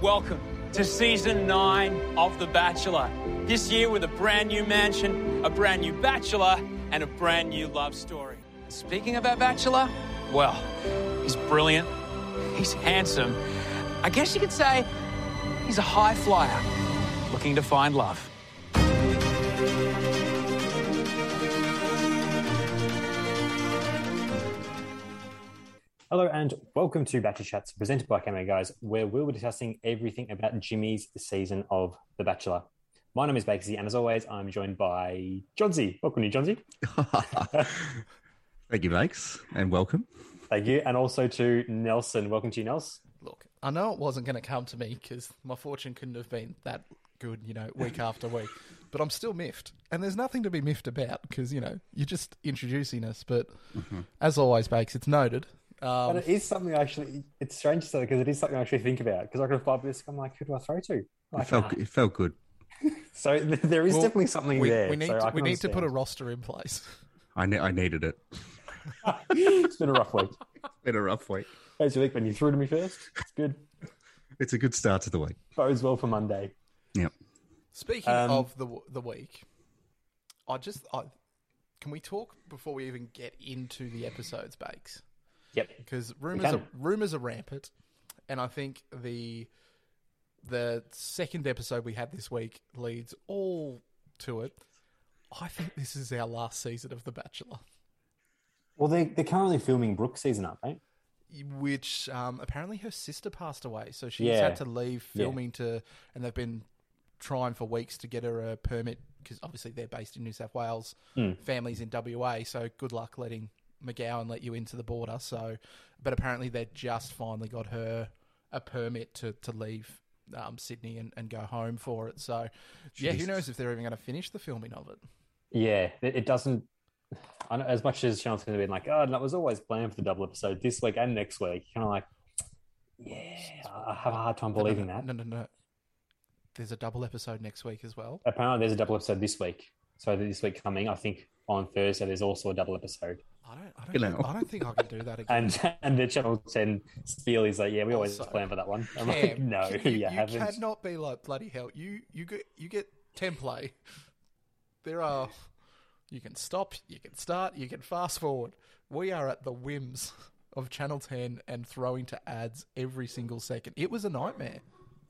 welcome to season nine of The Bachelor. This year with a brand new mansion, a brand new bachelor, and a brand new love story. And speaking of our bachelor, well, he's brilliant, he's handsome. I guess you could say he's a high flyer looking to find love. Hello and welcome to Bachelor Chats presented by Camo Guys, where we'll be discussing everything about Jimmy's season of The Bachelor. My name is Bakesy, and as always, I'm joined by Johnsy. Welcome to you, Johnsy. Thank you, Makes, and welcome. Thank you. And also to Nelson. Welcome to you, Nels. Look, I know it wasn't going to come to me because my fortune couldn't have been that good, you know, week after week. But I'm still miffed, and there's nothing to be miffed about because you know you're just introducing us. But as always, Bakes, it's noted. But Um, it is something I actually, it's strange to because it is something I actually think about because I could find this, I'm like, who do I throw to? It Like, felt, ah. it felt good. So th- there is Well, definitely something we, there. we need so to, I we can need to put a understand. roster in place. I, ne- I needed it. it's been a rough week. Been a rough week. As you think when you threw to me first, it's good. It's a good start to the week. Bodes well for Monday. Yep. Speaking Um, of the w- the week, I just I, can we talk before we even get into the episodes, Bakes? Yep. because rumors are, can. rumors are rampant, and I think the the second episode we had this week leads all to it. I think this is our last season of The Bachelor, Well, they, they're currently filming Brooke season, aren't they? which um, apparently her sister passed away, so she's Yeah. had to leave Yeah. filming to, and they've been trying for weeks to get her a permit because obviously they're based in New South Wales, Hmm. families in WA, so good luck letting McGowan let you into the border. So, but apparently they just finally got her a permit to to leave um, Sydney and, and go home for it. So, yeah, who Jesus. knows if they're even going to finish the filming of it? Yeah, it, it doesn't. I know, as much as Sean's going to be like, oh, that was always planned for the double episode this week and next week. Kind of like, yeah, I I have a hard time No, no, believing no, that. No, no, no. There's a double episode next week as well. Apparently, there's a double episode this week. So this week coming, I think on Thursday there's also a double episode. I don't, I You don't, know. think, I don't think I can do that again. And and the Channel Ten spiel is like, yeah, we always Also, plan for that one. I'm like, Cam, no, Oh, you, you, you haven't. cannot be like bloody hell. You you get you get template. There are you can stop, you can start, you can fast forward. We are at the whims of Channel Ten and throwing to ads every single second. It was a nightmare.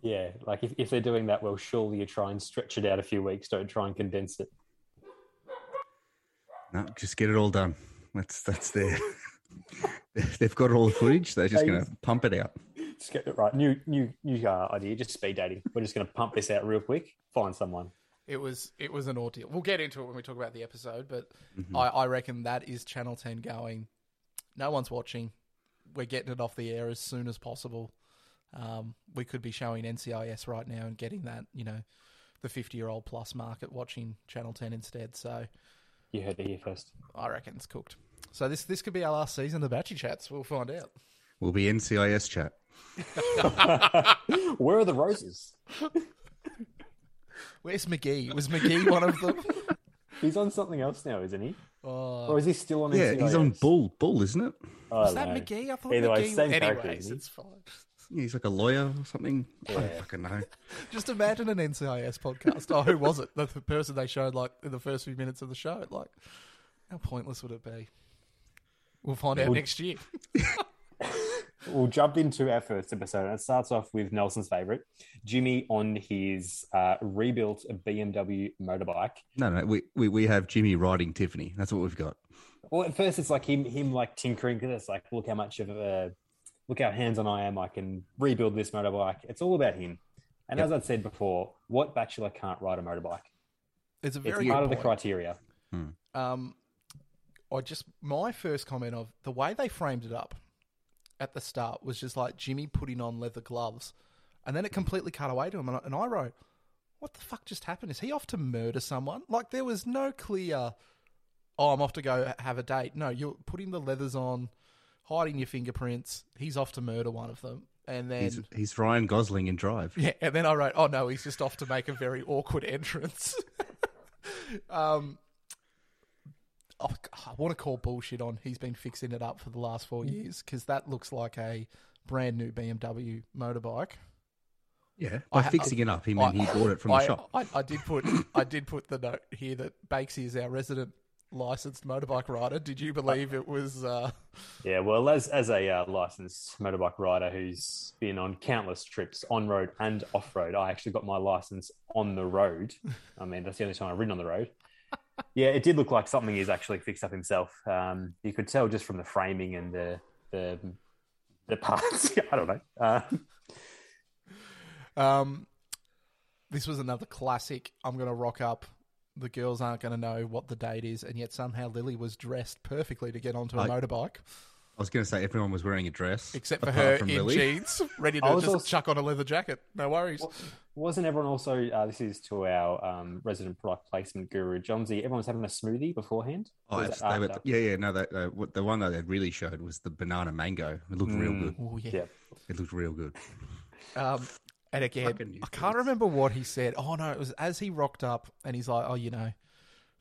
Yeah, like if, if they're doing that, well, surely you try and stretch it out a few weeks. Don't try and condense it. No, just get it all done. That's that's their. They've got all the footage. They're just going to pump it out. Just get it right. New new new uh, idea. Just speed dating. We're just going to pump this out real quick. Find someone. It was it was an ordeal. We'll get into it when we talk about the episode, but I, I reckon that is Channel Ten going. No one's watching. We're getting it off the air as soon as possible. Um, we could be showing NCIS right now and getting that you know the fifty year old plus market watching Channel Ten instead. So You heard it here first. I reckon it's cooked. So this this could be our last season of the Batchy Chats. We'll find out. We'll be NCIS chat. Where are the roses? Where's McGee? Was McGee one of them? He's on something else now, isn't he? Oh, Or is he still on? Yeah, he's on NCIS? Bull. Bull, isn't it? I don't was that know. McGee? I thought Either way, McGee. same character, anyways, isn't he? it's fine. Yeah, he's like a lawyer or something. I don't fucking know. Just imagine an NCIS podcast. Oh, who was it? The, the person they showed like in the first few minutes of the show. Like, how pointless would it be? We'll find out next year. We'll jump into our first episode. and It starts off with Nelson's favorite, Jimmy on his uh, rebuilt BMW motorbike. No, no, we, we, we have Jimmy riding Tiffany. That's what we've got. Well, at first it's like him, him like tinkering because it's like, look how much of a, look how hands on I am. I can rebuild this motorbike. It's all about him. And as I'd said before, what bachelor can't ride a motorbike? It's It's a very part good of the point. criteria. um, I just my first comment of the way they framed it up at the start was just like Jimmy putting on leather gloves, and then it completely cut away to him, and I, and I wrote, "What the fuck just happened? Is he off to murder someone?" Like there was no clear, "Oh, I'm off to go have a date." No, you're putting the leathers on, hiding your fingerprints. He's off to murder one of them, and then. He's, he's Ryan Gosling in Drive. Yeah, and then I wrote, "Oh no, he's just off to make a very awkward entrance." um, oh, I want to call bullshit on. He's been fixing it up for the last four years because that looks like a brand new BMW motorbike. Yeah, by ha- fixing it up, he meant he bought it from I, the shop. I, I did put I did put the note here that Bakesy is our resident licensed motorbike rider. Did you believe it was? Uh, Yeah, well, as as a uh, licensed motorbike rider who's been on countless trips on road and off road, I actually got my license on the road. I mean, that's the only time I've ridden on the road. Yeah, it did look like something he's actually fixed up himself. Um, you could tell just from the framing and the the the parts. I don't know. Uh, um, this was another classic. I'm going to rock up. The girls aren't going to know what the date is, and yet somehow Lily was dressed perfectly to get onto a I- motorbike, I was going to say everyone was wearing a dress, except for apart her in from Lily. jeans, ready to I was just also- chuck on a leather jacket. No worries. wasn't everyone also? Uh, this is to our um, resident product placement guru, John Z. Everyone's having a smoothie beforehand. Oh, Or is abs- that they were, after? yeah, yeah. No, that, uh, what, the one that they really showed was the banana mango. It looked real Mm. good. Oh yeah. yeah. It looked real good. Um, and again, Fucking I can't Eucharist. remember what he said. Oh no, it was as he rocked up and he's like, "Oh, you know,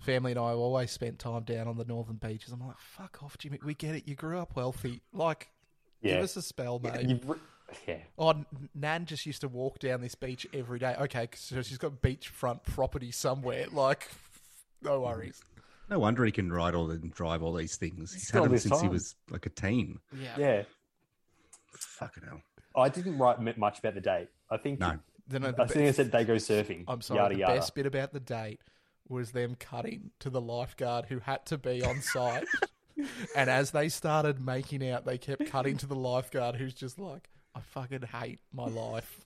family and I have always spent time down on the northern beaches." I'm like, "Fuck off, Jimmy. We get it. You grew up wealthy. Like, give Yeah. us a spell, mate." You've re- yeah. Oh, N- Nan just used to walk down this beach every day. Okay, so she's got beachfront property somewhere. Like, no Mm. worries. No wonder he can ride all and drive all these things. He's got had all them this since he time. was like a teen. Yeah. Fucking hell. I didn't write m- much about the date. I think No. Then I think I said they go surfing. I'm sorry. Yada the yada. best bit about the date was them cutting to the lifeguard who had to be on site. and as they started making out, they kept cutting to the lifeguard who's just like, "I fucking hate my life."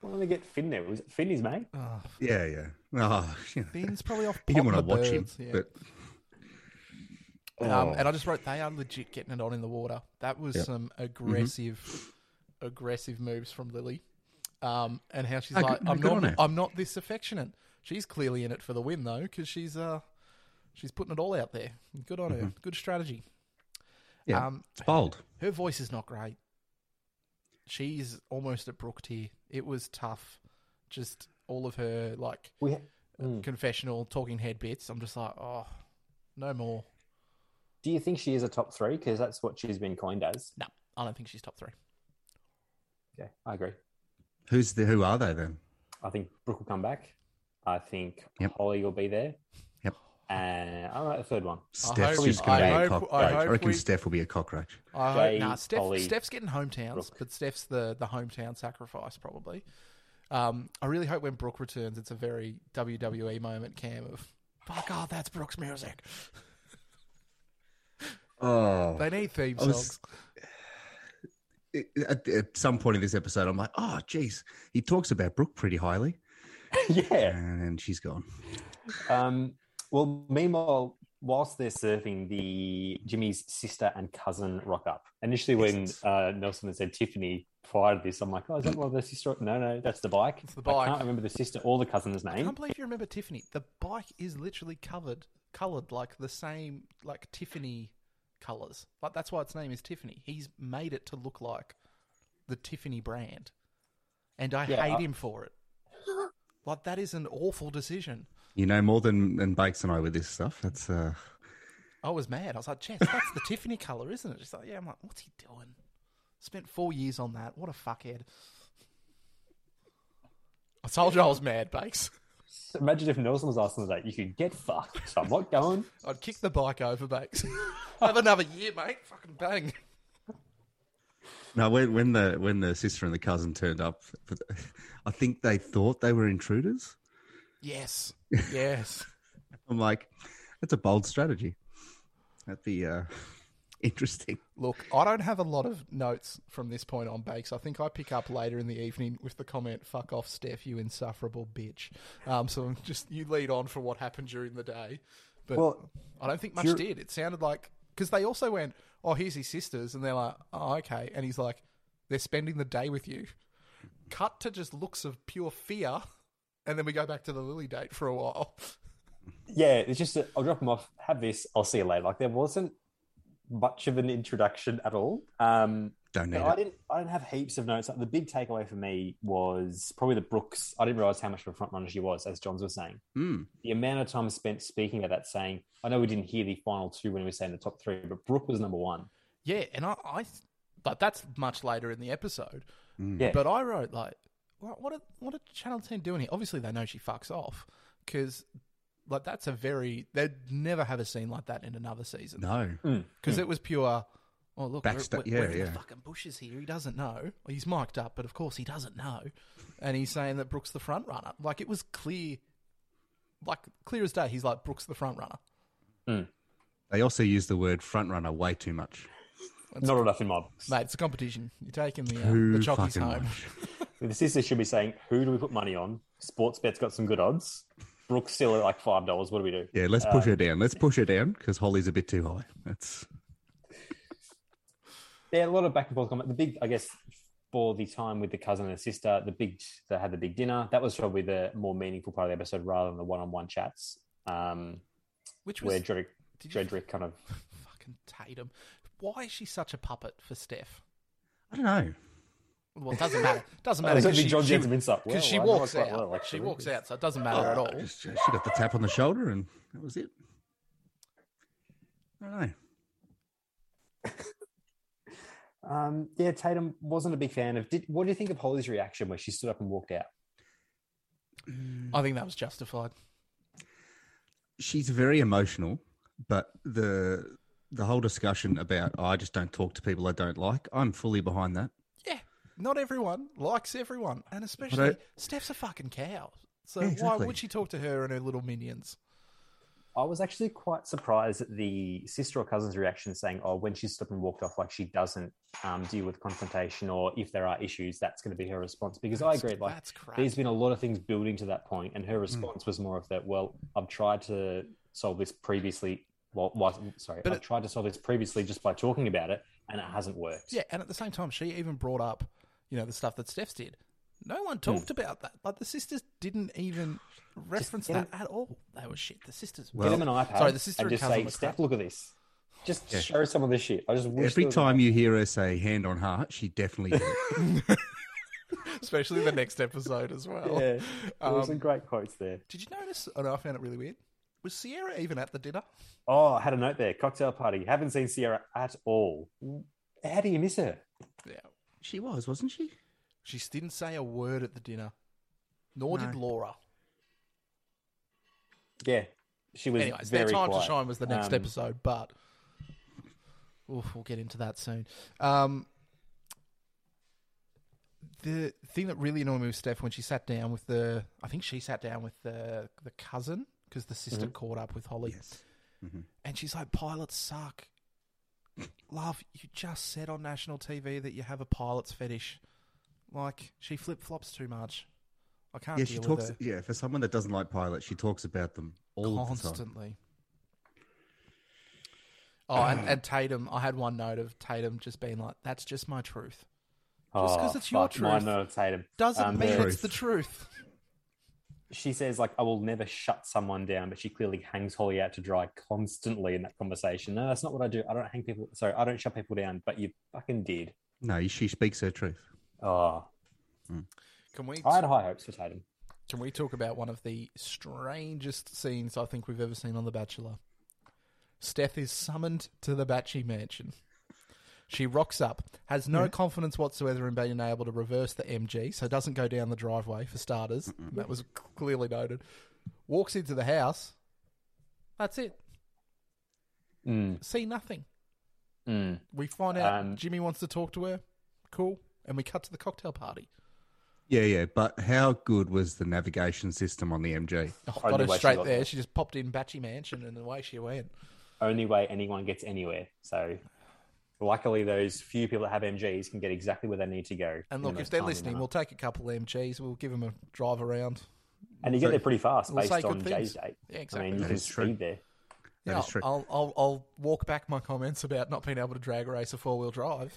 Why don't they get Finn there? Was it Finn his mate? Oh, Yeah, yeah. Oh, yeah. He Finn's probably off. didn't potting want to the watch him, birds, yeah. but Oh. Um, and I just wrote, "They are legit getting it on in the water." That was Yeah. some aggressive, aggressive moves from Lily, um, and how she's Ah, like, good- "I'm good on not, her." I'm not this affectionate." She's clearly in it for the win though, because she's uh, she's putting it all out there. Good on her. Good strategy. Mm-hmm. yeah, Um, it's bold. her voice is not great. She's almost at Brooke tier. It was tough. Just all of her like We ha- Mm. confessional talking head bits. I'm just like, oh, no more. Do you think she is a top three? Because that's what she's been coined as. No, I don't think she's top three. Yeah, I agree. Who's the, who are they then? I think Brooke will come back. I think Yep. Holly will be there. Yep. And I don't know the third one. Steph's hope- just going to I be a hope- cockroach. I I, hope reckon we- Steph will be a cockroach. I Jay, hope, nah, Steph, Ollie, Steph's getting hometowns, Brooke. but Steph's the, the hometown sacrifice probably. Um, I really hope when Brooke returns, it's a very WWE moment, Cam, of fuck, oh, that's Brooke's music. Oh. They need theme I was- songs. At, at some point in this episode, I'm like, oh, geez, he talks about Brooke pretty highly, yeah. and she's gone. Um, well, meanwhile, whilst they're surfing, the Jimmy's sister and cousin rock up. Initially, when uh, Nelson had said Tiffany prior to this, I'm like, oh, is that one of the sister? No, no, that's the bike. It's the I bike. can't remember the sister or the cousin's I name. can't believe you remember Tiffany. The bike is literally covered, coloured like the same, like Tiffany colours. Like that's why its name is Tiffany. He's made it to look like the Tiffany brand, and I Yeah, hate I- him for it. Like that is an awful decision. You know more than than Bakes and I with this stuff. That's uh, I was mad. I was like, Jess, that's the Tiffany colour, isn't it? She's like, yeah. I'm like, what's he doing? Spent four years on that. What a fuckhead. I told you I was mad, Bakes. So Imagine if Nelson was asking that, you could get fucked. So I'm not going. I'd kick the bike over, Bakes. Have another year, mate. Fucking bang. No, when when the when the sister and the cousin turned up, I think they thought they were intruders. Yes. Yes. I'm like, that's a bold strategy. That'd be uh, interesting. Look, I don't have a lot of notes from this point on, Bakes. I think I pick up later in the evening with the comment, fuck off, Steph, you insufferable bitch. Um, so just you lead on for what happened during the day. But Well, I don't think much dur- did. It sounded like, because they also went, oh, here's his sisters. And they're like, oh, okay. And he's like, they're spending the day with you. Cut to just looks of pure fear. And then we go back to the Lily date for a while. Yeah, it's just i I'll drop him off. Have this. I'll see you later. Like there wasn't much of an introduction at all. Um, Don't need No, I it. didn't. I didn't have heaps of notes. Like, the big takeaway for me was probably the Brooks. I didn't realize how much of a front runner she was, as Johns was saying. Hmm. The amount of time spent speaking about that, saying, "I know we didn't hear the final two when we were saying the top three, but Brooke was number one." Yeah, and I, I but that's much later in the episode. Yeah. But I wrote like, what what are, what are Channel Ten doing here? Obviously, they know she fucks off because like that's a very they'd never have a scene like that in another season No. because it was pure. Oh look, we're- Backsta- we're, yeah, we're in yeah. the fucking bushes here. He doesn't know. Well, he's mic'd up, but of course he doesn't know. And he's saying that Brooks the front runner. Like it was clear, like clear as day. He's like Brooks the front runner. They also use the word front runner way too much. Not enough in my books. Mate, it's a competition. You're taking the uh, Too the chockies fucking home. much. The sisters should be saying, "Who do we put money on? Sports bet's got some good odds. Brooks still at like five dollars. What do we do?" Yeah, let's push her down. Let's push her down because Holly's a bit too high. That's Yeah, a lot of back and forth comment. The big, I guess, for the time with the cousin and the sister, the big that had the big dinner. That was probably the more meaningful part of the episode, rather than the one-on-one chats, um, Which was where Dredrick, did you- Dredrick kind of. fucking Tatum. Why is she such a puppet for Steph? I don't know. Well, it doesn't matter. Doesn't matter That was a because big she, John she, Jensen insight. Well, because she I know her walks quite out. well, she actually. walks out, so it doesn't matter at all. Just, she got the tap on the shoulder and that was it. I don't know. Um, yeah, Tatum wasn't a big fan of. Did, what do you think of Holly's reaction where she stood up and walked out? I think that was justified. She's very emotional, but the the whole discussion about "Oh, I just don't talk to people I don't like. I'm fully behind that. Yeah, not everyone likes everyone, and especially Steph's a fucking cow. So why exactly. would she talk to her and her little minions? I was actually quite surprised at the sister or cousin's reaction saying, oh, when she stood up and walked off, like she doesn't um, deal with confrontation or if there are issues, that's going to be her response. Because I That's- agree, like, that's crap. there's been a lot of things building to that point, and her Hmm. response was more of that, well, I've tried to solve this previously. Well, why sorry, But I've it- tried to solve this previously just by talking about it, and it hasn't worked. Yeah, and at the same time, she even brought up, you know, the stuff that Steph's did. No Hmm. one talked about that. Like the sisters didn't even reference get that at all. They were shit. The sisters. Well- Get him an iPad Sorry, the sister and and just cousin say, were Steph, crap. look at this. Just show some of this shit. I just wish Every there was- time you hear her say "hand on heart," she definitely. did it. especially the next episode as well. Yeah, there Um, was some great quotes there. Did you notice? Oh no, I found it really weird. Was Sierra even at the dinner? Oh, I had a note there. Cocktail party. Haven't seen Sierra at all. How do you miss her? Yeah. she was, wasn't she? She didn't say a word at the dinner, nor did No. Laura. Yeah, she was Anyways, very their time quiet. to shine was the next Um, episode, but Oof, we'll get into that soon. Um, the thing that really annoyed me with Steph when she sat down with the, I think she sat down with the the cousin because the sister Mm-hmm. caught up with Holly, and she's like, "Pilots suck." Love, you just said on national TV that you have a pilot's fetish. Like she flip flops too much. I can't Yeah, deal she with talks. her Yeah, for someone that doesn't like pilots, she talks about them all the time. constantly. Oh, and, and Tatum, I had one note of Tatum just being like, "That's just my truth." Just 'cause Oh, it's your fuck, Mine truth no, it's Tatum. doesn't Um, mean yeah, it's the truth. she says like, "I will never shut someone down," but she clearly hangs Holly out to dry constantly in that conversation. No, that's not what I do. I don't hang people. Sorry, I don't shut people down. But you fucking did. No, she speaks her truth. Oh, Can we I had high hopes for Tatum. can we talk about one of the strangest scenes I think we've ever seen on The Bachelor? Steph is summoned to the Batchy mansion. She rocks up, has no confidence whatsoever in being able to reverse the MG, so doesn't go down the driveway for starters. That was clearly noted. Walks into the house. That's it. See nothing. We find out Um, Jimmy wants to talk to her. Cool. And we cut to the cocktail party. Yeah, yeah, but how good was the navigation system on the MG? Oh, Only got her way she straight got there. there. She just popped in Batchy Mansion and away she went. Only way anyone gets anywhere. So. Luckily, those few people that have MGs can get exactly where they need to go. in And the look, if most they're timely listening, manner. we'll take a couple of MGs. We'll give them a drive around. And you get there pretty fast We'll based say good on things. Jay's date. Yeah, exactly. I mean, you That can is true. speed there. Yeah, That is true. I'll, I'll I'll walk back my comments about not being able to drag race a four wheel drive.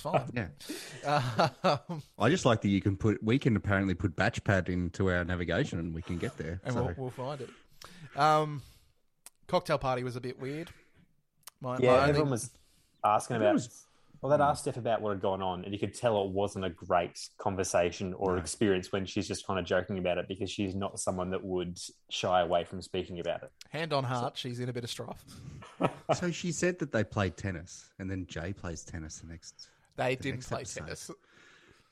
fine. Yeah, um, I just like that you can put. We can apparently put Batchpad into our navigation, and we can get there. and so. we'll, we'll find it. Um, cocktail party was a bit weird. My, Yeah, my only- everyone was asking Everyone about. was- well, they'd asked Steph about what had gone on, and you could tell it wasn't a great conversation or experience when she's just kind of joking about it because she's not someone that would shy away from speaking about it. hand on heart. She's in a bit of strife. So she said that they played tennis, and then Jay plays tennis the next. They didn't next play episode. tennis.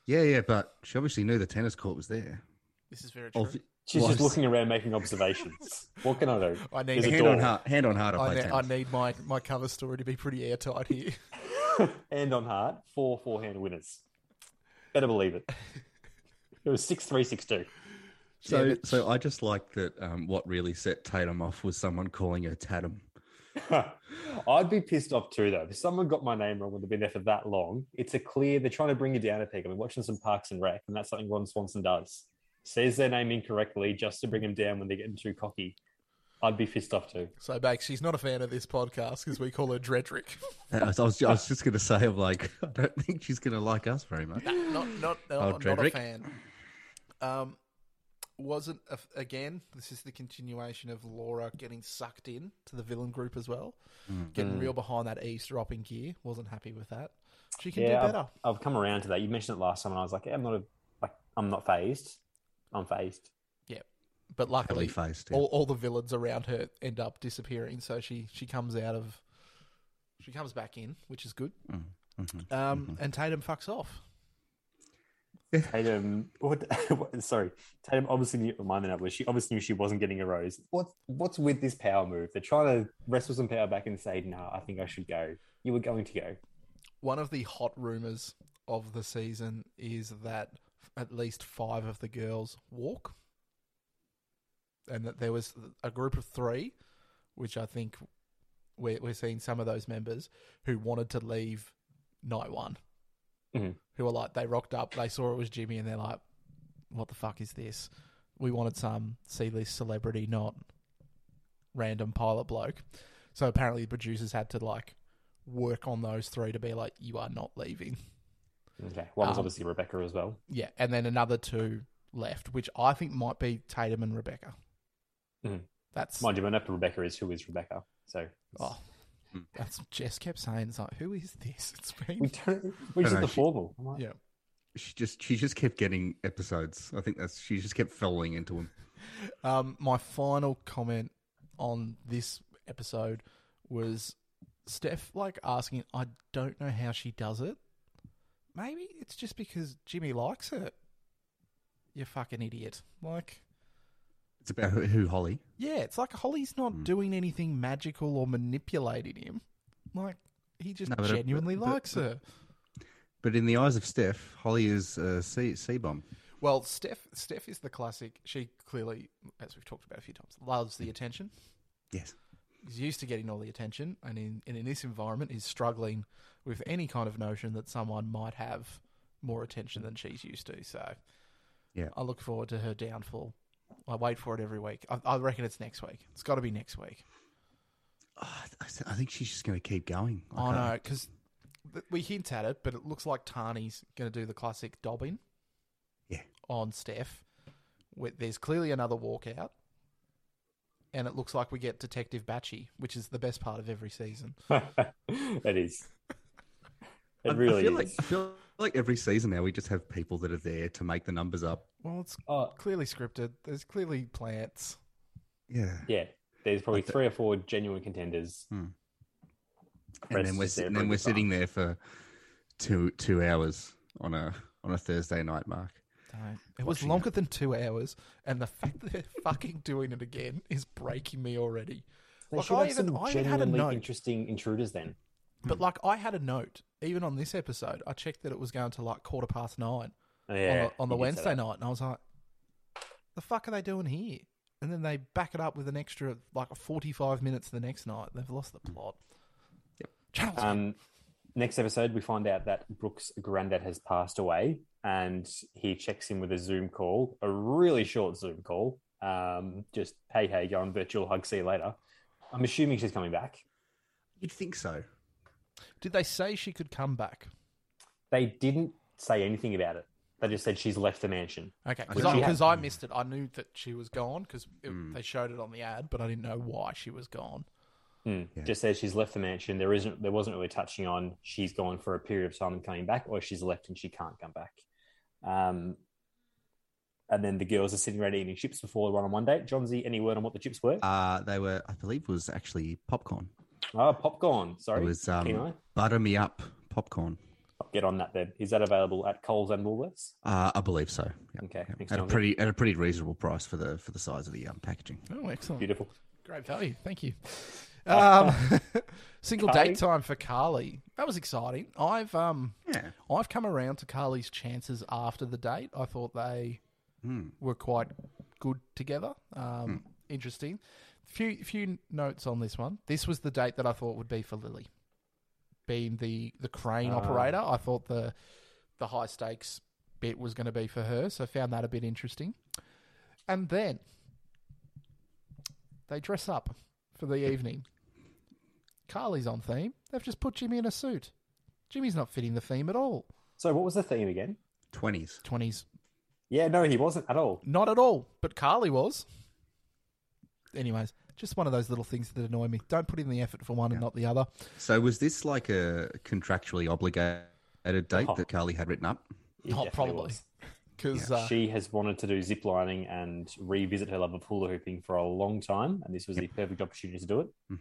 Yeah, yeah, but she obviously knew the tennis court was there. This is very true. Obvi- She's was. just looking around making observations. what can I do? I need- There's a hand on door. heart. Hand on heart. I I, play ne- I tennis. need my, my cover story to be pretty airtight here. Hand on heart, four forehand winners. Better believe it. It was six three six two. So, Yeah, so I just like that. Um, what really set Tatum off was someone calling her Tatum. I'd be pissed off too though. If someone got my name wrong when they've been there for that long, it's a clear they're trying to bring you down a peg. I've been watching some Parks and Rec, and that's something Ron Swanson does. Says their name incorrectly just to bring them down when they're getting too cocky. I'd be pissed off too. So, Bakes, she's not a fan of this podcast because we call her Dredrick. I was, I was, I was just going to say, I'm like, I don't think she's going to like us very much. not not Oh, not, not a Dredrick. fan. Um, wasn't a, again. This is the continuation of Laura getting sucked in to the villain group as well, Mm. getting real behind that eavesdropping gear. Wasn't happy with that. She can do I've- better. I've, come around to that. You mentioned it last time, and I was like, yeah, I'm not a, like I'm not phased. I'm phased. Yeah, but luckily, Totally faced. Yeah. all, all the villains around her end up disappearing. So she she comes out of she comes back in, which is good. Mm. Mm-hmm. Um, and Tatum fucks off. Tatum, what, what- sorry, Tatum obviously knew my man was she obviously knew she wasn't getting a rose. What what's with this power move? They're trying to wrestle some power back and say, "No, I think I should go." You were going to go. one of the hot rumors of the season is that at least five of the girls walk, and that there was a group of three, which I think we're, we're seeing some of those members who wanted to leave night one, Mhm. who were like they rocked up, they saw it was Jimmy, and they're like, "What the fuck is this? We wanted some C-list celebrity, not random pilot bloke." So apparently, the producers had to like work on those three to be like, you are not leaving. Okay, one was Um, obviously Rebecca as well. Yeah. And then another two left, which I think might be Tatum and Rebecca. Mhm. That's Mind you, when up to Rebecca is who is Rebecca. So oh, that's Jess kept saying, it's like, who is this? It's we been don't. We just know, the she- formal. I'm like, yeah. she just, she just kept getting episodes. I think that's she just kept falling into them. Um, my final comment on this episode was Steph like asking, I don't know how she does it. Maybe it's just because Jimmy likes it. You fucking idiot. Like, It's about who, who Holly. Yeah, it's like Holly's not Hmm. doing anything magical or manipulating him. Like he just No, but it- genuinely but- likes but- her. But in the eyes of Steph, Holly is a C C bomb. Well, Steph Steph is the classic. She clearly, as we've talked about a few times, loves Hmm. the attention. Yes. Is used to getting all the attention, and in and in this environment, is struggling with any kind of notion that someone might have more attention than she's used to. So, Yeah. I look forward to her downfall. I wait for it every week. I, I reckon it's next week. It's got to be next week. Ah, I th- I think she's just going to keep going. I I can't- know because we hint at it, but it looks like Tani's going to do the classic dobbing. Yeah. On Steph, With- there's clearly another walkout, and it looks like we get Detective Batchy, which is the best part of every season. it is. It I- really I feel is. like I feel like every season now we just have people that are there to make the numbers up. Well, it's Oh. clearly scripted. There's clearly plants. Yeah. yeah, there's probably three or four genuine contenders. Hmm. and Rest then we're is there sit- and then for we're the time. sitting there for two two hours on a on a Thursday night, Mark. It was longer than two hours, and the fact that they're fucking doing it again is breaking me already. They Like, should I have even- some I even had a genuinely note. interesting intruders then. But like, I had a note even on this episode. I checked that it was going to like quarter past nine. Yeah, on the, on the you did say Wednesday that. night, and I was like, "The fuck are they doing here?" And then they back it up with an extra like forty-five minutes the next night. They've lost the plot. Channels. Um, next episode, we find out that Brooks' granddad has passed away, and he checks in with a Zoom call, a really short Zoom call. Um, just hey, hey, go on virtual hug, see you later. I'm assuming she's coming back. You'd think so. Did they say she could come back? They didn't say anything about it. They just said she's left the mansion. Okay, think she had- because I, Mm. missed it. I knew that she was gone because they showed it on the ad, but I didn't know why she was gone. Hmm. Just says she's left the mansion. There isn't. There wasn't really touching on she's gone for a period of time and coming back, or she's left and she can't come back. Um, and then the girls are sitting around eating chips before the one-on-one date. Johnsy, any word on what the chips were? Uh, they were, I believe, was actually popcorn. Oh, Ah, popcorn. Sorry. It was um, Kenai. butter me up popcorn. I'll get on that then. Is that available at Coles and Woolworths? Uh, I believe so. Yeah. Okay, Yeah. thanks, At a Jonathan. pretty at a pretty reasonable price for the for the size of the um, packaging. Oh, excellent. Beautiful. Great value. Thank you. Um, single Carly? date time for Carly. That was exciting. I've um, Yeah. I've come around to Carly's chances after the date. I thought they were quite good together. Um, Interesting. Few few notes on this one. This was the date that I thought would be for Lily, being the the crane operator. I thought the the high stakes bit was going to be for her, so I found that a bit interesting. And then they dress up for the evening. Carly's on theme. They've just put Jimmy in a suit. Jimmy's not fitting the theme at all. So, what was the theme again? Twenties. 20s. Yeah, no, he wasn't at all. Not at all, but Carly was. Anyways, just one of those little things that annoy me. Don't put in the effort for one and not the other. So was this like a contractually obligated date Uh-huh. that Carly had written up? He Oh, definitely probably. uh, was. Because She has wanted to do zip lining and revisit her love of hula hooping for a long time, and this was the perfect opportunity to do it with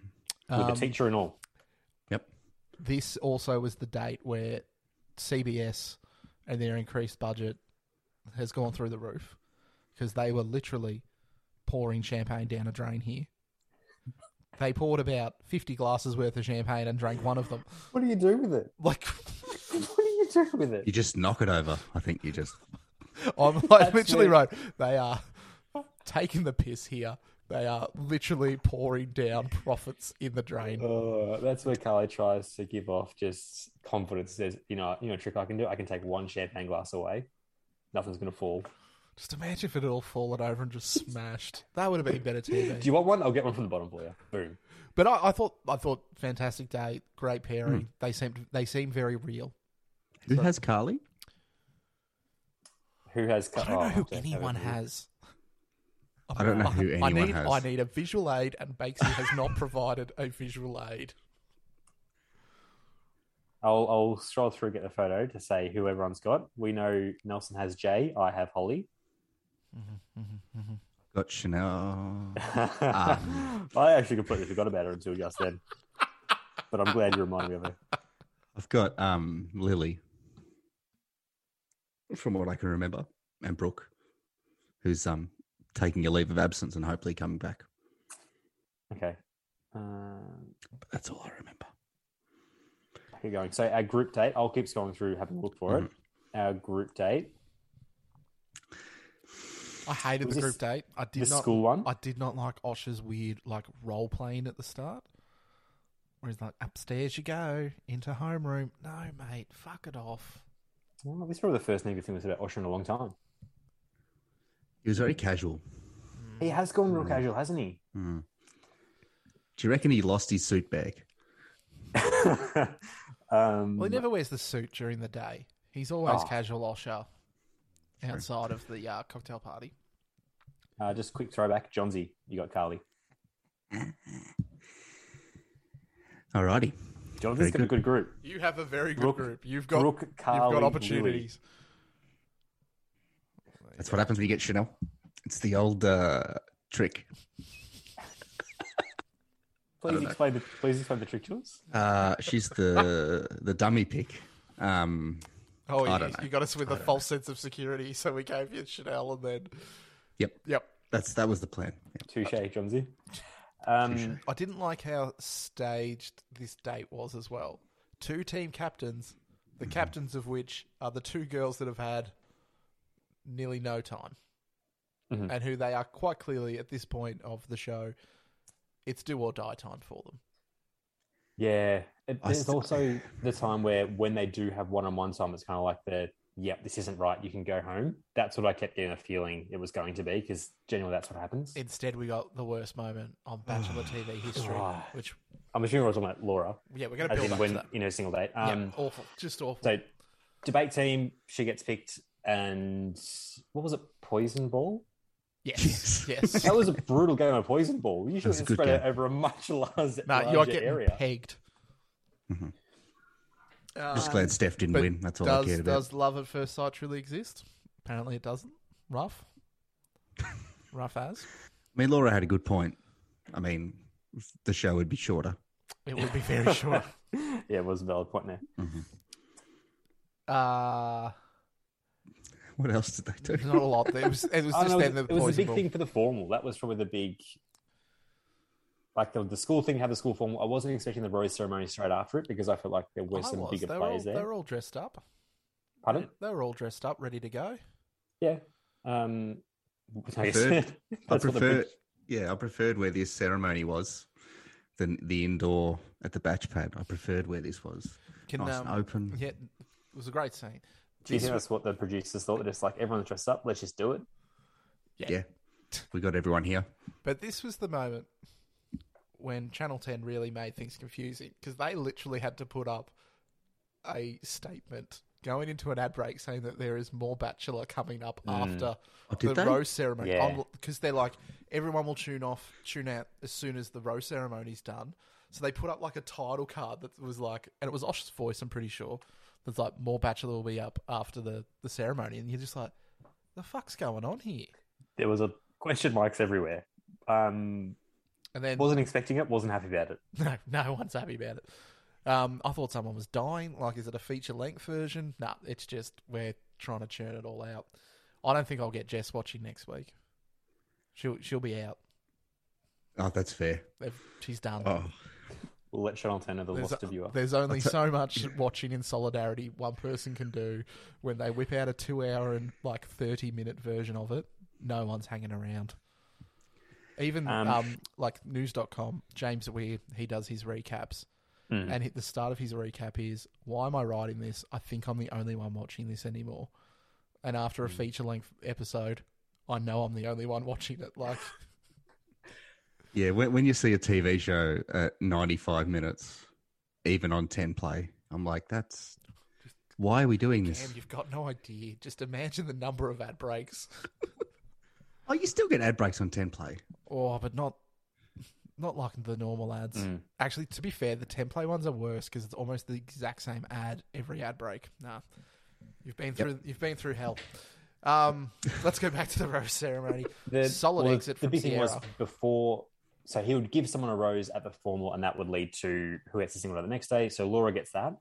a teacher and all. Yep. um, this also was the date where CBS and their increased budget has gone through the roof because they were literally pouring champagne down a drain here. They poured about 50 glasses worth of champagne and drank one of them. What do you do with it? Like, What do you do with it? You just knock it over. I think you just I'm like, That's literally it. right. They are taking the piss here. They are literally pouring down profits in the drain. Uh, that's where Carly tries to give off just confidence. Says, you know, you know, a trick I can do. I can take one champagne glass away. Nothing's gonna fall. Just imagine if it had all fallen over and just smashed. That would have been better TV. Do you want one? I'll get one from the bottom for you. Boom. But I, I thought I thought fantastic day, great Hmm. pairing. They seemed they seem very real. who has Carly? Who has? Ca- I don't oh, know who okay, have it anyone here. has. I don't know who I anyone need has. I need a visual aid, and Bakesy has not provided a visual aid. I'll, I'll scroll through get the photo to say who everyone's got. We know Nelson has Jay. I have Holly. Mm-hmm, Got Chanel. Um. I actually completely forgot about her until just then. But I'm glad you reminded me of her. I've got um Lily, from what I can remember, and Brooke, who's um taking a leave of absence and hopefully coming back. Okay. Um, But that's all I remember. keep going. So our group date. I'll keep scrolling through, having a look for it. Mm-hmm. Our group date. I hated Was the this group date. I did the not school one? I did not like Osh's weird like role playing at the start, where he's like upstairs you go into homeroom. No, mate, fuck it off. Well, this is probably the first negative thing we said about Osher in a long time. It was very casual. He has gone Mm. real casual, hasn't he? Do you reckon he lost his suit bag? um, Well, he never wears the suit during the day. He's always Oh. casual Osher outside of the uh, cocktail party. uh, just quick throwback. Johnsy, you got Carly. Alrighty. Johnsy's got a good group. You have a very good Brooke- group. You've got Brooke, you've Carly, got Lily. opportunities. That's what happens when you get Chanel. It's the old uh, trick. Please explain the please explain the trick to us. Uh, she's the the dummy pick. Um, Oh, I you, don't know. you got us with a false sense of security, so we gave you Chanel, and then yep, yep. that's that was the plan. Yep. Touche, Johnsy. Um, I didn't like how staged this date was as well. Two team captains, the Mm-hmm. captains of which are the two girls that have had nearly no time, Mm-hmm. and who they are quite clearly at this point of the show, it's do or die time for them. yeah, it, I there's still- also the time where when they do have one-on-one time, it's kind of like the yep, this isn't right. You can go home. That's what I kept getting a feeling it was going to be because generally that's what happens. Instead, we got the worst moment on Bachelor TV history, which I'm assuming we're talking about Laura, yeah, we're going to as build in up to when that. in her single date. Yeah, Um, awful, just awful. So debate team, she gets picked, and what was it? Poison ball. yes, yes. That was a brutal game of poison ball. You should was a have good spread it game. over a much larger, No, you're larger getting area. Mm-hmm. pegged. Just glad Steph didn't win. That's all I does cared about. does love at first sight truly exist? Apparently, it doesn't. Rough, rough as I mean, Laura had a good point. I mean, the show would be shorter. it would be very short. Yeah, it was a valid point there. Uh, What else did they there's do? not a lot. It was, it was Oh, just no, then the it was a poison big ball. thing for the formal. That was probably the big, like the, the school thing had the school formal. I wasn't expecting the rose ceremony straight after it because I felt like there were I some was. bigger they were all, players They there. were all dressed up. Pardon? They were all dressed up, ready to go. Yeah. Um, I guess Preferred- I that's what the big- prefer, yeah, I preferred where this ceremony was than the indoor at the batch pad. I preferred where this was. Can, nice um, and open. Yeah, it was a great scene. Do you This think that's what the producers thought? They're just like everyone's dressed up. Let's just do it. yeah. We got everyone here. But this was the moment when Channel 10 really made things confusing because they literally had to put up a statement going into an ad break saying that there is more Bachelor coming up after Mm. Oh, did the they? rose ceremony. Yeah. Because they're like, everyone will tune off, tune out as soon as the rose ceremony's done. So they put up like a title card that was like, and it was Osh's voice, I'm pretty sure. That's like, more Bachelor will be up after the, the ceremony. And you're just like, the fuck's going on here? There was a question marks everywhere. Um, And then wasn't expecting it. Wasn't happy about it. No, no one's happy about it. Um, I thought someone was dying. Like, is it a feature length version? No, it's just we're trying to churn it all out. I don't think I'll get Jess watching next week. She'll she'll be out. Oh, that's fair. If she's done. Oh, We'll let Channel Ten know the there's, lost viewer. there's only so much watching in solidarity one person can do when they whip out a two hour and like 30 minute version of it. No one's hanging around. Even um, Um, like news.com, James Weir, he does his recaps. Mm. And at the start of his recap is, why am I writing this? I think I'm the only one watching this anymore. And after a Mm. feature length episode, I know I'm the only one watching it. Like, yeah. When, when you see a TV show at 95 minutes, even on 10 play, I'm like, that's why are we doing damn, this? you've got no idea. Just imagine the number of ad breaks. Oh, you still get ad breaks on 10 play. Oh, but not not like the normal ads. Mm. Actually, to be fair, the template ones are worse because it's almost the exact same ad every ad break. Nah, you've been through you've been through hell. Um, let's go back to the rose ceremony. Solid well, exit from The big thing was Sierra. before. So he would give someone a rose at the formal, and that would lead to who gets the single the next day. So Laura gets that.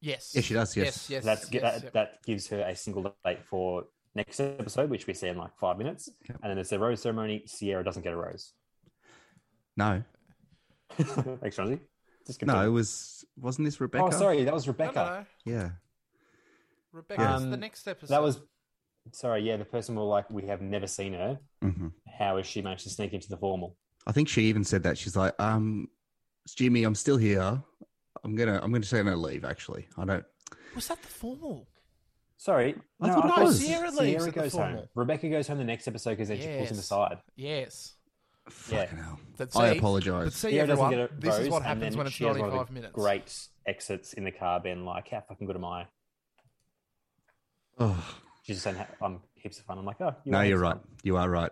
Yes. Yeah, she does, yes. Yes. Yes. That's yes, that, yep. that gives her a single date for next episode, which we see in like five minutes. And then it's a rose ceremony. Sierra doesn't get a rose. No, Thanks, Johnny. Just no, it continue. was, wasn't this Rebecca? Oh, sorry, that was No, no, Rebecca. no. Yeah. Rebecca's Um, the next episode. That was sorry. Yeah, the person were like, we have never seen her. hmm How has she managed to sneak into the formal? I think she even said that. She's like, um, Jimmy, I'm still here. I'm gonna, I'm gonna say I'm gonna leave. Actually, I don't. was that the formal? Sorry, I thought it was. Sierra leaves Sierra at the goes home. formal. Rebecca goes home the next episode because then she pulls him Yes. aside. Yes. Fucking hell. That's I it. But apologize. see, Sierra everyone, doesn't get a this rose, is what and happens then when it's she has one of the 95 minutes. Great exits in the car, Ben. Like, how fucking good am I? Oh, She's just saying, "Ha- I'm heaps of fun. I'm like, oh, you no, are you're heaps of right. You are right.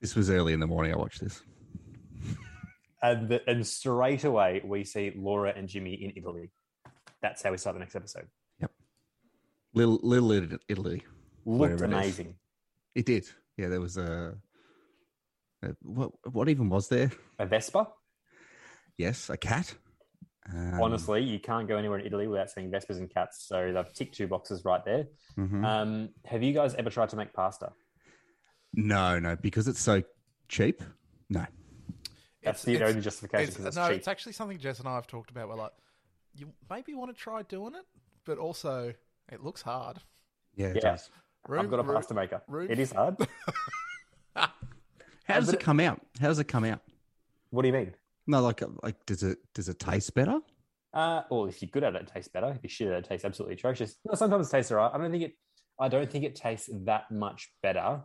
This was early in the morning. I watched this. fun." And, the, and straight away, we see Laura and Jimmy in Italy. That's how we start the next episode. Little, little Italy- Italy. Looked Wherever it is. amazing. It did. Yeah, there was a. a what? What even was there? A Vespa. Yes, a cat. Um, Honestly, you can't go anywhere in Italy without seeing Vespas and cats. So they've ticked two boxes right there. mhm. Um, have you guys ever tried to make pasta? no, no, because it's so cheap. No, That's It's- the it's- only justification it's- because it's, no, cheap. it's actually something Jess and I have talked about. We're like, you maybe want to try doing it, but also it looks hard. yeah, it Yeah. does. I've got a Room- pasta maker. room- It is hard. Uh, How does it come out? How does it come out? what do you mean? No, like uh, like does it does it taste better? Uh, well, if you're good at it, it tastes better. If you're shit at it, it tastes absolutely atrocious. No, sometimes it tastes alright. I don't think it. I don't think it tastes that much better.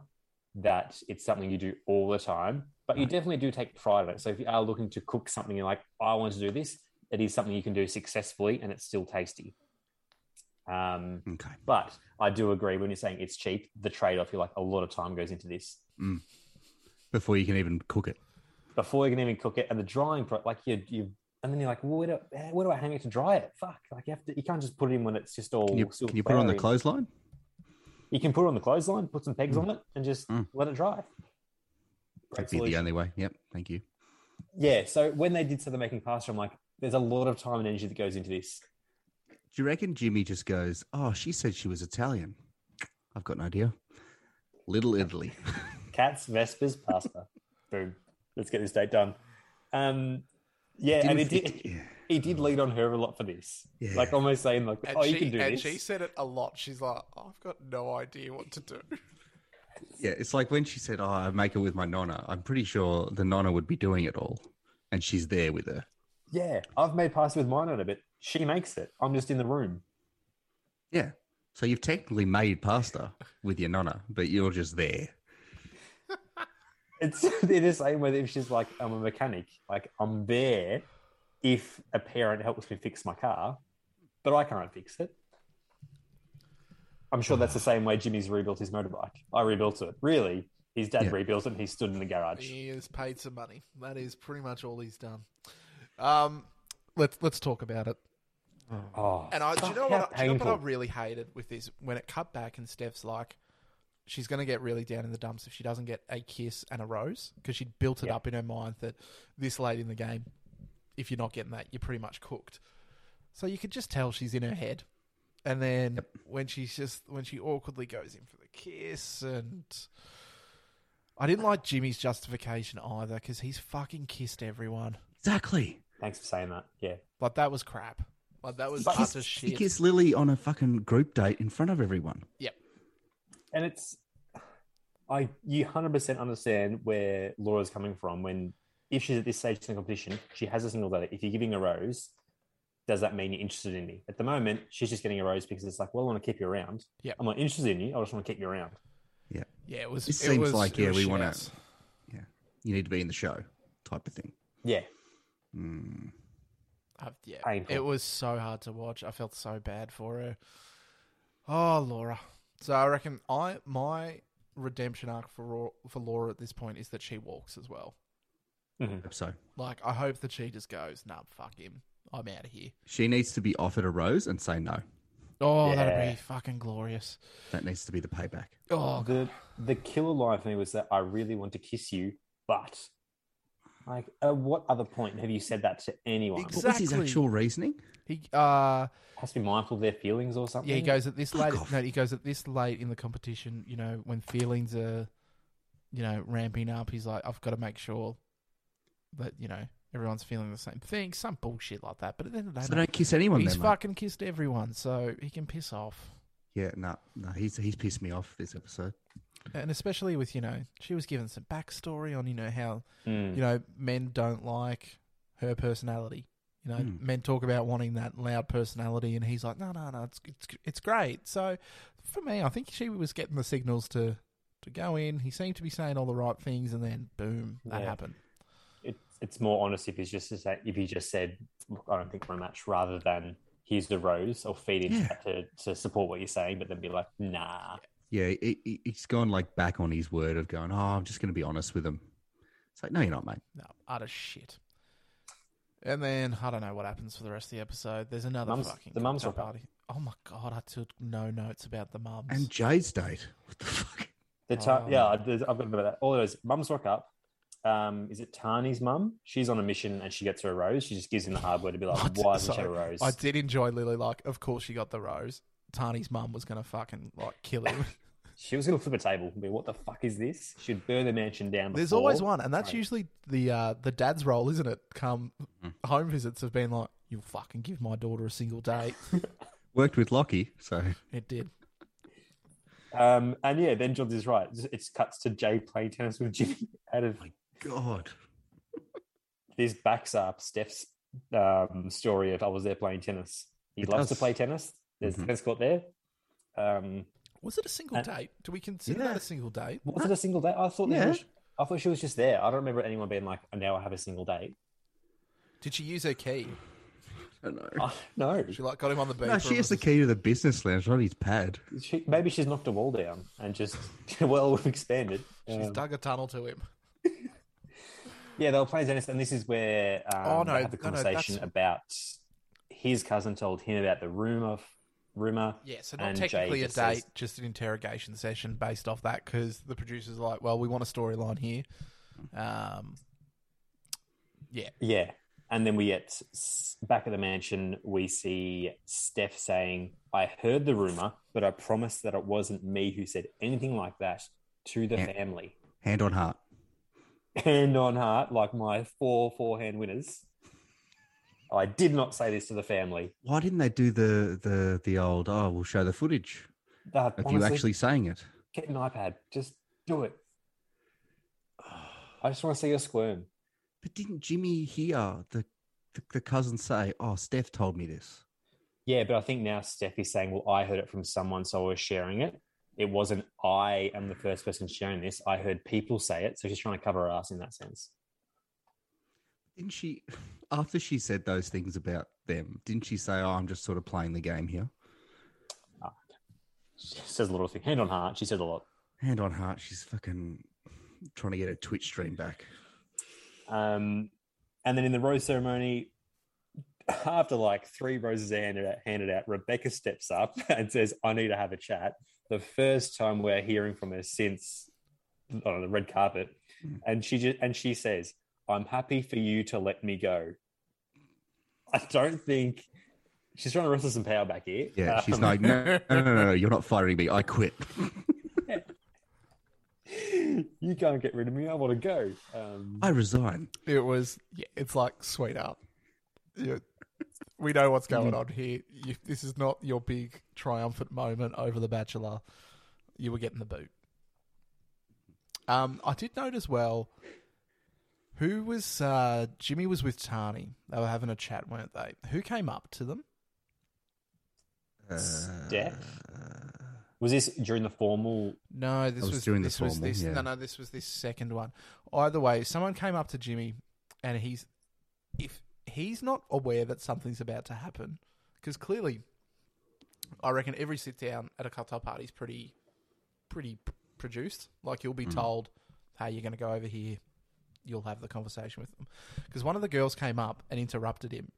That it's something you do all the time, but you definitely do take pride in it. So if you are looking to cook something, you're like, I want to do this. It is something you can do successfully, and it's still tasty. Um, Okay. but I do agree when you're saying it's cheap. The trade-off, you're like, a lot of time goes into this Before you can even cook it. before you can even cook it, and the drying, pro- like you, you, and then you're like, well, where do, where do I hang it to dry it? Fuck, like you have to, you can't just put it in when it's just all. Can you, still can you put it on the floury. clothesline? You can put it on the clothesline, put some pegs on it, and just Mm. let it dry. Great That'd be the solution. only way. Yep. Thank you. Yeah. So when they did start making pasta, I'm like, there's a lot of time and energy that goes into this. Do you reckon Jimmy just goes, "Oh, she said she was Italian. I've got an idea. Little Italy." Cats, Vespers, pasta. Boom. Let's get this date done. Um, yeah, and he Didn't- did, yeah. he did lead on her a lot for this. Yeah. Like almost saying like, And oh, she, you can do and this. she said it a lot. She's like, I've got no idea what to do. Yeah, it's like when she said, "Oh, I make it with my nonna." I'm pretty sure the nonna would be doing it all, and she's there with her. Yeah, I've made pasta with mine on it, but she makes it. I'm just in the room. Yeah. So you've technically made pasta with your nonna, but you're just there. It's they're the same with if she's like, I'm a mechanic. Like I'm there if a parent helps me fix my car, but I can't fix it. I'm sure that's the same way Jimmy's rebuilt his motorbike. I rebuilt it. Really, his dad Yeah. rebuilt it. and He stood in the garage. He has paid some money. That is pretty much all he's done. Um, let's let's talk about it. Oh, And I, do you fuck, how know what? I, do you know what I painful. really hated with this when it cut back and Steph's like, she's going to get really down in the dumps if she doesn't get a kiss and a rose because she'd built it Yeah. up in her mind that this late in the game, if you're not getting that, you're pretty much cooked. So you could just tell she's in her head. And then when she's just when she awkwardly goes in for the kiss and. I didn't like Jimmy's justification either because he's fucking kissed everyone. Exactly. Thanks for saying that. Yeah, Like that was crap. Like that was He kissed, utter he shit. kissed Lily on a fucking group date in front of everyone. Yep. and it's I you hundred percent understand where Laura's coming from when if she's at this stage in the competition, she has a single letter. If you're giving a rose, does that mean you're interested in me? At the moment, she's just getting a rose because it's like, well, I want to keep you around. Yep. I'm not interested in you. I just want to keep you around. Yeah, it was. This it seems was- like, it yeah, was we shit wanna- house. You need to be in the show, type of thing. Yeah, Mm. I've- Uh, yeah, Painful. it was so hard to watch. I felt so bad for her. Oh, Laura. So I reckon I my redemption arc for Ro- for Laura at this point is that she walks as well. Hope So Like I hope that she just goes, nah, fuck him, I'm out of here. she needs to be offered a rose and say no. Oh, that'd Yeah. be fucking glorious. That needs to be the payback. Oh, the the killer line for me was that I really want to kiss you, but like, at what other point have you said that to anyone? Ex- What was his Exactly. actual reasoning? he uh, Has to be mindful of their feelings or something. yeah, he goes at this late. off. No, he goes at this late in the competition. You know, when feelings are, you know, ramping up, he's like, I've got to make sure that you know everyone's feeling the same thing. Some bullshit like that. But at the end of the day, So they mate, don't kiss anyone. he's then, mate. fucking kissed everyone, so he can piss off. Yeah, no, no, he's he's pissed me off this episode. And especially with you know, she was given some backstory on you know how Mm. you know men don't like her personality. You know, Hmm. men talk about wanting that loud personality, and he's like, no, no, no, it's it's it's great. So for me, I think she was getting the signals to to go in. He seemed to be saying all the right things, and then boom, that Yeah. happened. it, it's more honest if he's just to say, if he just said, "Look, I don't think we're a match," rather than here's the rose or feed into Yeah. that to, to support what you're saying, but then be like, "Nah, Yeah, he, he- he's gone like back on his word of going. Oh, I'm just going to be honest with him. It's like, no, you're not, mate. No, utter shit. And then I don't know what happens for the rest of the episode. There's another Mums- fucking the mums cocktail rock up. party. Oh my god, I took no notes about the mums. And Jade's date. What the fuck? the ta- Oh. yeah, I- there's- I've got about that." All those mums rock up. Um, is it Tani's mum? She's on a mission and she gets her a rose. She just gives him the hard word to be like, I- "Why isn't she sorry, a rose?" I did enjoy Lily. Like, of course she got the rose. Tani's mum was gonna fucking like kill him. She was going to flip a table. and Be what the fuck is this? She'd burn the mansion down. There's before. always one, and that's Right. usually the uh, the dad's role, isn't it? Come Mm-hmm. home visits have been like, you'll fucking give my daughter a single date. Worked with Lockie, so it did. Um, and yeah, then Johns is right. It's- It's cuts to Jay playing tennis with Jimmy out of God. this backs up Steph's um, story of I was there playing tennis. He It loves to does. play tennis. There's Mm-hmm. Mhm. a tennis court there. Um, Was it a single And- date? Do we consider Yeah. that a single date? was it a single date? I thought. that Yeah. was- I thought she was just there. I don't remember anyone being like, oh, "Now I have a single date." Did she use her key? I don't know. I no, She like got him on the beach. no, she has the key to the business lounge, not his pad. she, maybe she's knocked a wall down and just well, we've expanded. She's Um, dug a tunnel to him. Yeah, they were playing tennis, and this is where um, Oh, no, they had the no, no, conversation that's- about his cousin told him about the rumor, rumor. Yeah, so not and Jay technically a just date, says- just an interrogation session based off that because the producers are like, well, we want a storyline here. Um, yeah, Yeah. And then we get s- back at the mansion. We see Steph saying, I heard the rumor, but I promise that it wasn't me who said anything like that to the Yeah. family. Hand on heart. Hand on heart, like my four forehand winners. I did not say this to the family. Why didn't they do the the the old? Oh, we'll show the footage That, of you honestly, actually saying it. get an iPad. Just do it. I just want to see your squirm. But didn't Jimmy hear the the, the cousin say, "Oh, Steph told me this"? Yeah, but I think now Steph is saying, well, I heard it from someone, so I was sharing it. It wasn't I am the first person sharing this. I heard people say it. So she's trying to cover her ass in that sense. Didn't she? After she said those things about them, didn't she say, "Oh, I'm just sort of playing the game here"? She says a little thing, hand on heart. She says a lot. Hand on heart, she's fucking trying to get her Twitch stream back. Um, and then in the rose ceremony, after like three roses are handed out, handed out, Rebecca steps up and says, I need to have a chat. The first time we're hearing from her since on the red carpet. Hmm. And she just, and she says, I'm happy for you to let me go. I don't think she's trying to wrestle some power back here. Yeah, she's Um, like, "No, no, no, no, no, you're not firing me. I quit." you can't get rid of me. I want to go. Um, I resign. It was. Yeah, it's like sweetheart. You, we know what's going on here. You, this is not your big triumphant moment over the Bachelor. You were getting the boot. Um, I did note as well. Who was uh, Jimmy was with Tani? They were having a chat, weren't they? Who came up to them? Uh, Steph? Was this during the formal? No, this That was, was during the this was formal, this yeah. no no this was this second one. Either way, someone came up to Jimmy and he's if he's not aware that something's about to happen because clearly I reckon every sit down at a cocktail party is pretty pretty p- produced. Like you'll be Hmm. told, "Hey, you're going to go over here." You'll have the conversation with them because one of the girls came up and interrupted him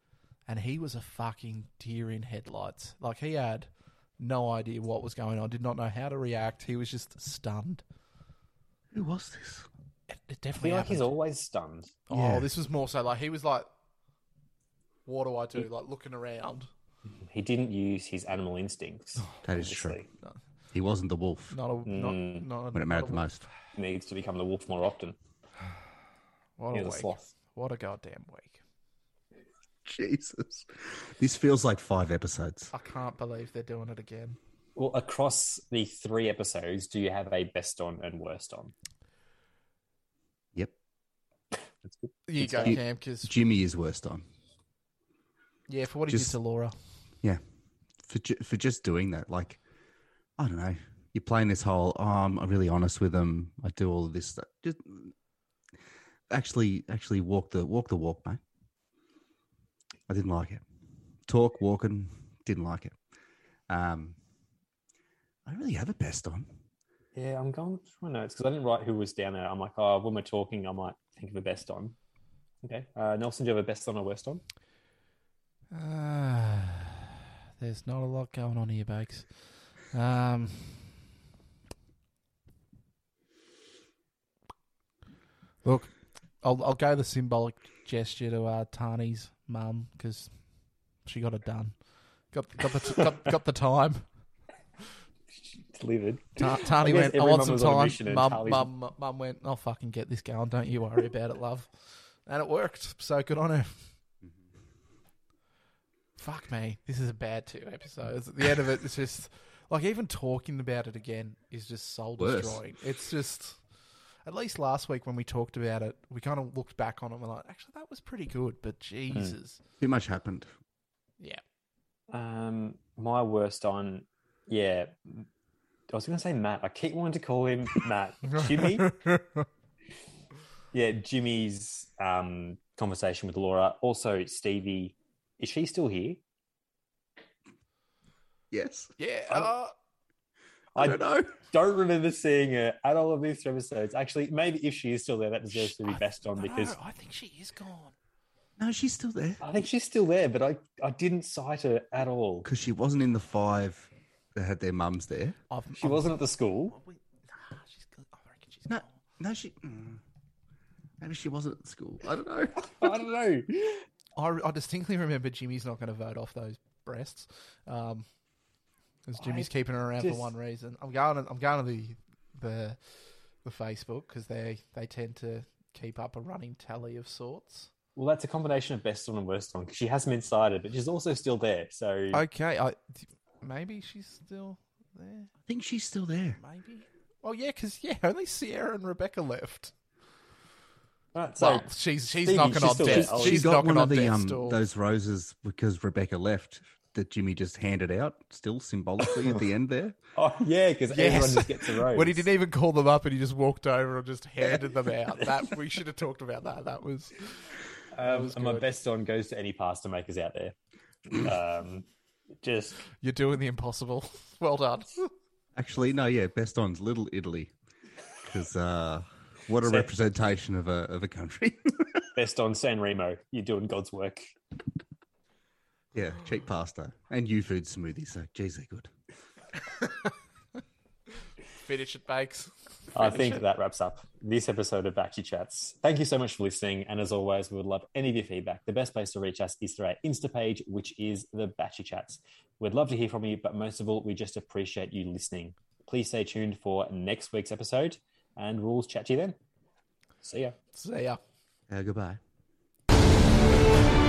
and he was a fucking deer in headlights. Like he had no idea what was going on, did not know how to react. He was just stunned. Who was this? It, it I definitely feel like happened. he's always stunned. oh, Yeah. this was more so like he was like, "What do I do?" Like looking around. He didn't use his animal instincts. That is true. He wasn't the wolf Not a Mm. not not a, when it not mattered a- the most. He needs to become the wolf more often. What He a was a week! sloth. What a goddamn week! Jesus, this feels like five episodes. I can't believe they're doing it again. Well, across the three episodes, do you have a best on and worst on? Yep, That's good. There you go, good. Cam. Because Jimmy is worst on yeah, for what he Just- did to Laura, for ju- for just doing that. Like, I don't know. You're playing this whole. Oh, I'm really honest with them. I do all of this stuff. Just actually, actually walk the walk the walk, mate. I didn't like it. Talk walking didn't like it. Um, I don't really have a best on. Yeah, I'm going through my notes because I didn't write who was down there. I'm like, oh, when we're talking, I might think of a best on. Okay. Uh, Nelson, do you have a best on or worst on? uh, there's not a lot going on here, Bakes. Um, look, I'll I'll go the symbolic gesture to uh, Tani's mum because she got it done. Got got the got, got the time. Delivered. Ta- Tani guess went. I every want mum some was on a time. mission and Mum, Tani's- mum, mum went. I'll fucking get this going. Don't you worry about it, love. And it worked. So good on her. Fuck me. This is a bad two episodes. At the end of it, it's just like even talking about it again is just soul Worse. destroying. It's just. At least last week when we talked about it, we kind of looked back on it. and We're like, actually, that was pretty good. But Jesus, Too much happened. yeah. Um, my worst on, yeah. I was going to say Matt. I keep wanting to call him Matt. Jimmy. yeah, Jimmy's um, conversation with Laura. Also, Stevie. Is she still here? Yes, Yeah. I don't- uh, I I- don't know. Don't remember seeing her at all of these three episodes. Actually, maybe if she is still there, that deserves to be I- best on no, because I think she is gone. No, she's still there I think she's still there, but I, I didn't cite her at all. because she wasn't in the five that had their mums there. I've, She I've- wasn't at the school. We, nah, she's good. I reckon she's No, gone. no, she. mm. Maybe she wasn't at school. I don't know. I don't know. I, I distinctly remember Jimmy's not going to vote off those breasts, because Jimmy's keeping her around just- for one reason. I'm going. To, I'm going to the the the Facebook because they they tend to keep up a running tally of sorts. Well, that's a combination of best on and worst on. 'cause She has been cited, but she's also still there. So Okay, I maybe she's still there. I think she's still there. Maybe. Well, yeah, because yeah, only Sierra and Rebecca left. Alright, so So she's she's Stevie, knocking she's on still death. there. She's, She Oh, got knocking one on of the death's um door. those roses because Rebecca left that Jimmy just handed out, still symbolically at the end there. oh, yeah, because everyone just gets a rose. when he didn't even call them up and he just walked over and just handed them out. That we should have talked about that. That was Um, was and my good. best on goes to any pasta makers out there. Um, just you're doing the impossible. Well done. Actually, no, yeah, best on's Little Italy, because uh, what a So- representation of a of a country. best on San Remo. You're doing God's work. yeah, cheap pasta and U food smoothies. So, geez, they're good. Finish it, bakes. I think that wraps up this episode of Bachi Chats. Thank you so much for listening. And as always, we would love any of your feedback. The best place to reach us is through our Insta page, which is the Bachi Chats. We'd love to hear from you, but most of all, we just appreciate you listening. Please stay tuned for next week's episode, and we'll chat to you then. See ya. See ya. Uh, goodbye. Thank